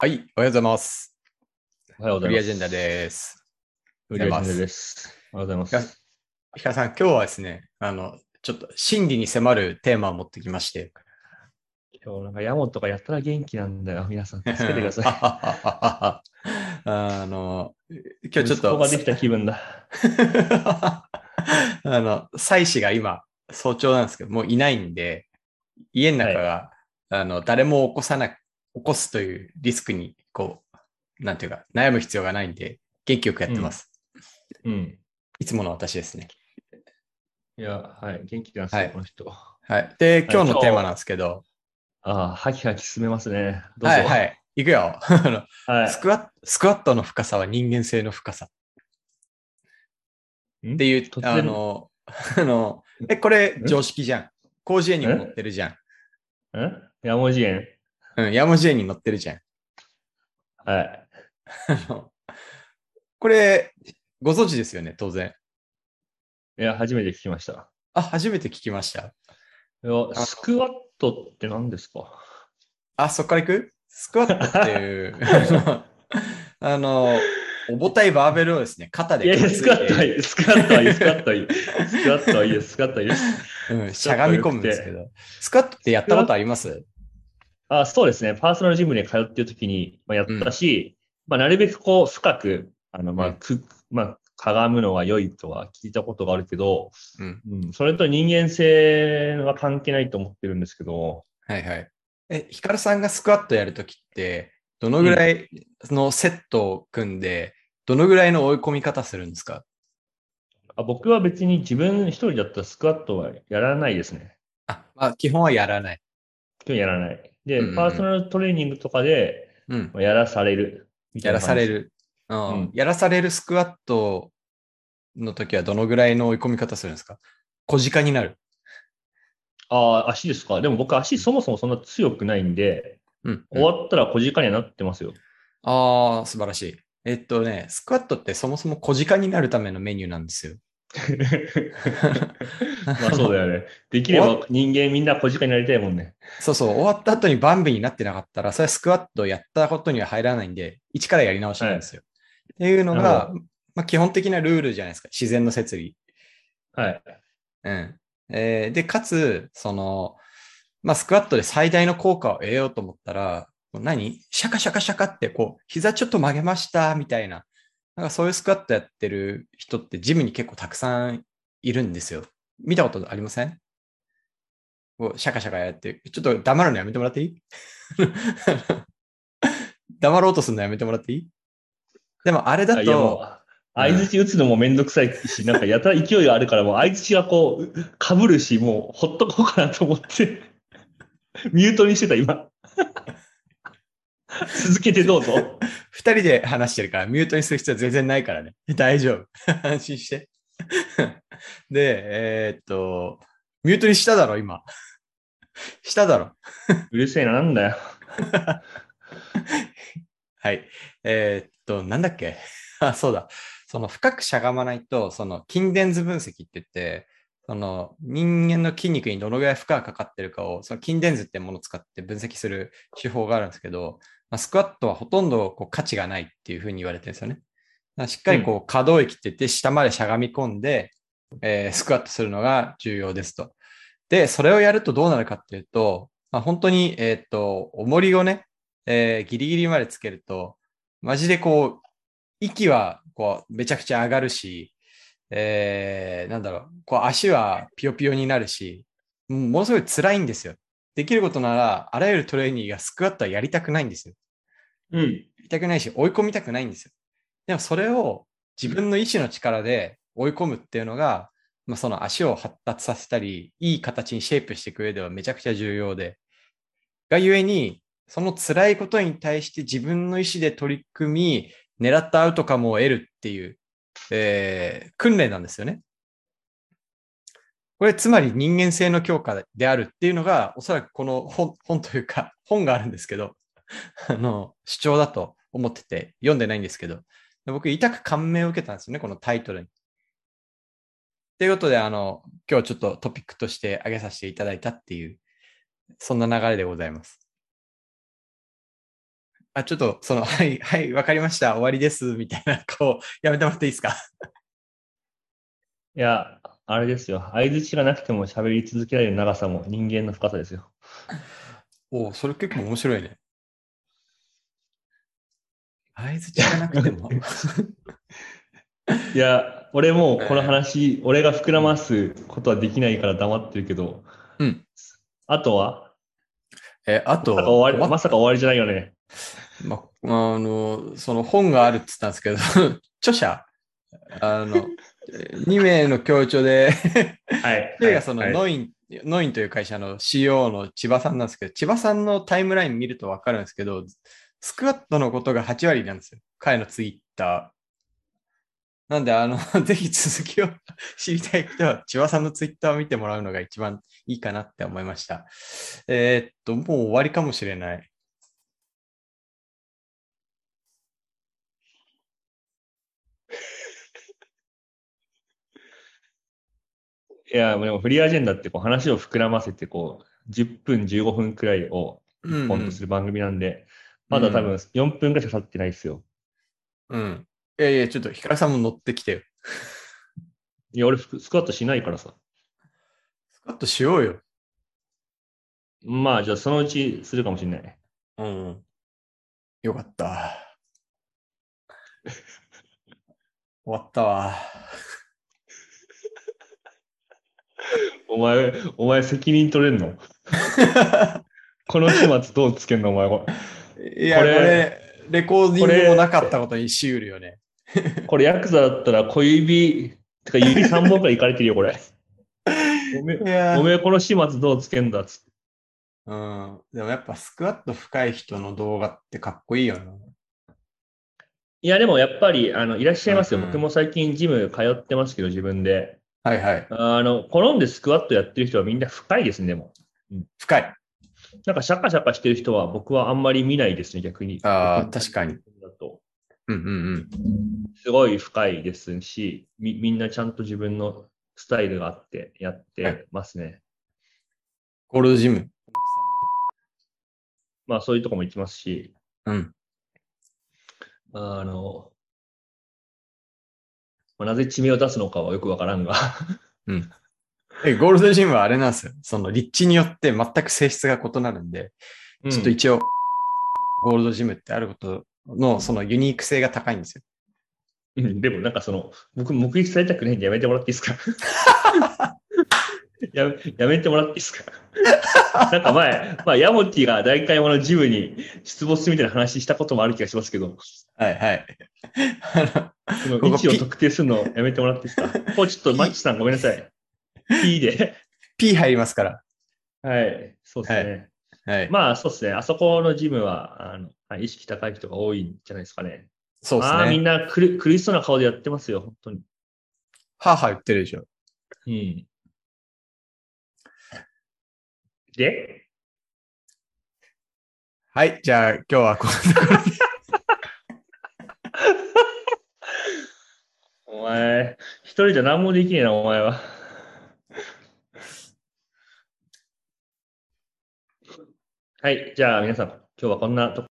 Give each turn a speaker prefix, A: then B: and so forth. A: はい、おはようございます。
B: おはようご
A: フ
B: ざい
A: リーアジ
B: ます。
A: ェンダです。
B: フリーアジェンダです。おはようございます。
A: ヒカさん、今日はですね、あの、ちょっと心理に迫るテーマを持ってきまして。
B: 今日なんかヤモとかやったら元気なんだよ。皆 さん、助けてください。
A: あの、今日ちょっ
B: 息子
A: と、
B: ができた気分だ。
A: あの、妻子が今、早朝なんですけど、もういないんで、家の中が、あの、誰も起こさな、起こすというリスクに、こう、なんていうか、悩む必要がないんで、元気よくやってます。
B: うん。
A: いつもの私ですね。
B: いや、はい。元気なんですよ、
A: はい
B: この人。あ
A: はい。で、今日の
B: 今日
A: テーマなんですけど、
B: あ、ハキハキ進めますね。どうぞ。。
A: はいはいい。いくよ。あ
B: は
A: の
B: い
A: ス。クワット、スクワットの深さは人間性の深さ。
B: ん
A: っていう
B: 突、然
A: あの、 あの、え、これ
B: ん
A: 常識じゃん。広辞苑にも載ってるじゃん。
B: んヤモ次元。
A: うん、山寺苑に載ってるじゃん。
B: はい。
A: あのこれ、ご存知ですよね、当然。
B: いや、初めて聞きました。
A: あ、初めて聞きました。
B: いやスクワットって何ですか
A: あ、そっから行くスクワットって いう、あのあの、重たいバーベルをですね、肩で
B: いやいや、スクワット
A: 担
B: はいいい。スクワットはいい。スクワットはいい。スクワットはいいです。スクワットはいいです。
A: でうん、しゃがみ込むんですけど。スクワットってやったことあります
B: あそうですね。パーソナルジムに通ってるときに、まあ、やったし、まあ、なるべくこう、深く、あの、ま
A: う
B: あ、
A: ん
B: く、まあ、かがむのが良いとは聞いたことがあるけど、
A: うん。
B: うん、それと人間性は関係ないと思ってるんですけど、
A: はいはい。え、ヒカルさんがスクワットやるときって、どのぐらいのセットを組んで、どのぐらいの追い込み方するんですか
B: あ僕は別に自分一人だったらスクワットはやらないですね。
A: あ、まあ、基本はやらない。
B: 今日やらない。で、
A: うんうんうん
B: パーソナルトレーニングとかで、
A: うん。
B: まあやらされるみた
A: やら
B: いな
A: さ
B: 感じ。
A: れる。うん。
B: うん
A: やらされるスクワットの時はどのぐらいの追い込み方するんですか小鹿になる。
B: ああ、足ですか。でも僕足そもそもそんな強くないんで、
A: うん、
B: 終わったら小鹿にはなってま すよ。
A: ああ、素晴らしい。えっとね、スクワットってそもそも小鹿になるためのメニューなんです よ。
B: まあそうだよね。できれば人間みんな小鹿になりたいもんね。
A: そうそう、終わった後にバンビになってなかったら、それはスクワットやったことには入らないんで、一からやり直しなんですよ。っていうの
B: なる
A: が、まあ、基本的なルールじゃないですか、自然の摂理。
B: はい。
A: うんえーで、かつ、その、まあ、スクワットで最大の効果を得ようと思ったら、もう何シャカシャカシャカって、こう、膝ちょっと曲げました、みたいな。なんかそういうスクワットやってる人って、ジムに結構たくさんいるんですよ。見たことありませんこうシャカシャカやって、ちょっと黙るのやめてもらっていい 黙ろうとするのやめてもらっていいでもあれだ
B: いやも
A: と、
B: う、相づち打つのもめんどくさいし、なんかやたら勢いがあるから、もう相づちがこう、かぶるし、もうほっとこうかなと思って、ミュートにしてた、 今。続けてどうぞ。
A: 二人で話してるから、ミュートにする必要は全然ないからね。 大丈夫。安心して。 で、えーっと、ミュートにしただろ、今。 しただろ。
B: うるせえな、なんだよ。
A: はい。えーっと、なんだっけあ、 そうだ。その深くしゃがまないと、その筋電図分析って言って、その人間の筋肉にどのぐらい負荷がかかってるかを、その筋電図ってものを使って分析する手法があるんですけど、まあ、スクワットはほとんどこう価値がないっていうふうに言われてるんですよね。だからしっかりこう可動域って言って、下までしゃがみ込んで、えースクワットするのが重要ですと。で、それをやるとどうなるかっていうと、まあ、本当に、えーっと、重りをね、えーギリギリまでつけると、マジでこう、息はこうめちゃくちゃ上がるし、えーなんだろう、こう足はピヨピヨになるし、うんものすごい辛いんですよ。できることなら、あらゆるトレーニングやスクワットはやりたくないんですよ。
B: うん。
A: やりたくないし、追い込みたくないんですよ。でもそれを自分の意志の力で追い込むっていうのが、まあ、その足を発達させたり、いい形にシェイプしていく上ではめちゃくちゃ重要で。がゆえに、その辛いことに対して自分の意志で取り組み、狙ったアウトカムを得るっていう、えー訓練なんですよね。これ、つまり人間性の強化であるっていうのが、おそらくこの本本というか、本があるんですけど、あの、主張だと思ってて、読んでないんですけど、で僕、痛く感銘を受けたんですよね、このタイトルに。ということで、あの、今日ちょっとトピックとして挙げさせていただいたっていう、そんな流れでございます。あ、ちょっと、その、 はい、はい、わかりました、終わりです、みたいな顔、やめてもらっていいですか。
B: いや、あれですよ。相槌がなくても喋り続けられる長さも人間の深さですよ。
A: おそれ結構面白いね。合図じゃなくても。
B: いや、俺もうこの話、俺が膨らますことはできないから黙ってるけど。
A: うん。
B: あとは
A: え、 あと、
B: まさか終わり、
A: ま
B: まさか終わりじゃないよね。
A: まあの、その本があるって言ったんですけど、 著者、あの、2名の協調で、
B: はい。
A: 一人がその
B: はい
A: ノイン、ノインという会社の CO の千葉さんなんですけど、千葉さんのタイムライン見るとわかるんですけど、スクワットのことが8割なんですよ。彼のツイッター。なんで、あの、 ぜひ続きを 知りたい人は、千葉さんのツイッターを見てもらうのが一番いいかなって思いました。えーっと、もう終わりかもしれない。
B: いや、でもフリーアジェンダってこう話を膨らませて、こう、10分、15分くらいを
A: うん、う
B: 本と
A: ん
B: す。る番組なんで、まだ多分4分くらいしか経ってないですよ。
A: うん。いやいや、ちょっと、ヒカルさんも乗ってきてよ。
B: いや、俺スクスクワットしないからさ。
A: スクワットしようよ。
B: まあ、じゃあそのうちするかもしれない。
A: うん。よかった。終わったわ。
B: お前、お前責任取れんのこの始末どうつけんのお前こ
A: いや、こ
B: こ
A: れ
B: れ、
A: レコーディングもなかったことにしうるよね。
B: れ。これヤクザだったら小指、てか指3本くらいいかれてるよ、こ れ。おめ
A: いや
B: お、めえこの始末どうつけんだっつって
A: うん。でもやっぱスクワット深い人の動画ってかっこいいよな。
B: いや、でもやっぱり、あの、いらっしゃいますよ。
A: うんうん
B: 僕も最近ジム通ってますけど、自分で。
A: はいはい。
B: あの、好んでスクワットやってる人はみんな深いですね、でも。
A: 深い。
B: なんかシャカシャカしてる人は僕はあんまり見ないですね、逆に。
A: あー
B: 僕の
A: 確かに
B: だと。
A: うんうん
B: すごい深いですし、み、みんなちゃんと自分のスタイルがあってやってますね。
A: ゴールドジム。
B: まあそういうとこも行きますし、
A: うん。
B: あの、まあなぜ地名を出すのかはよくわからんが、
A: え、ゴールドジムはあれなんですよ。その立地によって全く性質が異なるんで、
B: うん
A: ちょっと一応、ゴールドジムってあることのそのユニーク性が高いんですよ。
B: うんでもなんかその、僕目撃されたくないんでやめてもらっていいですか やめ、やめてもらっていいですかなんか前、まあヤモティが大会山のジムに出没するみたいな話したこともある気がしますけど、
A: はいはい。 あの
B: その
A: ここ
B: 位置を
A: ピ
B: 特定するのやめてもらっていいですかこれちょっとマッチさんごめんなさい。P で。
A: P 入りますから。
B: はい。そうですね。
A: はい。
B: まあそうですね。あそこのジムは、あの、はい意識高い人が多いんじゃないですかね。
A: そうです
B: ああ、みん
A: ね。
B: な苦苦しそうな顔でやってますよ、本当に。
A: はあはあ言ってるでしょ。
B: うん。で
A: はい。じゃあ今日はこんなところで
B: お前、一人じゃ何もできねえな、お前は。はい。じゃあ皆さん、今日はこんなとこ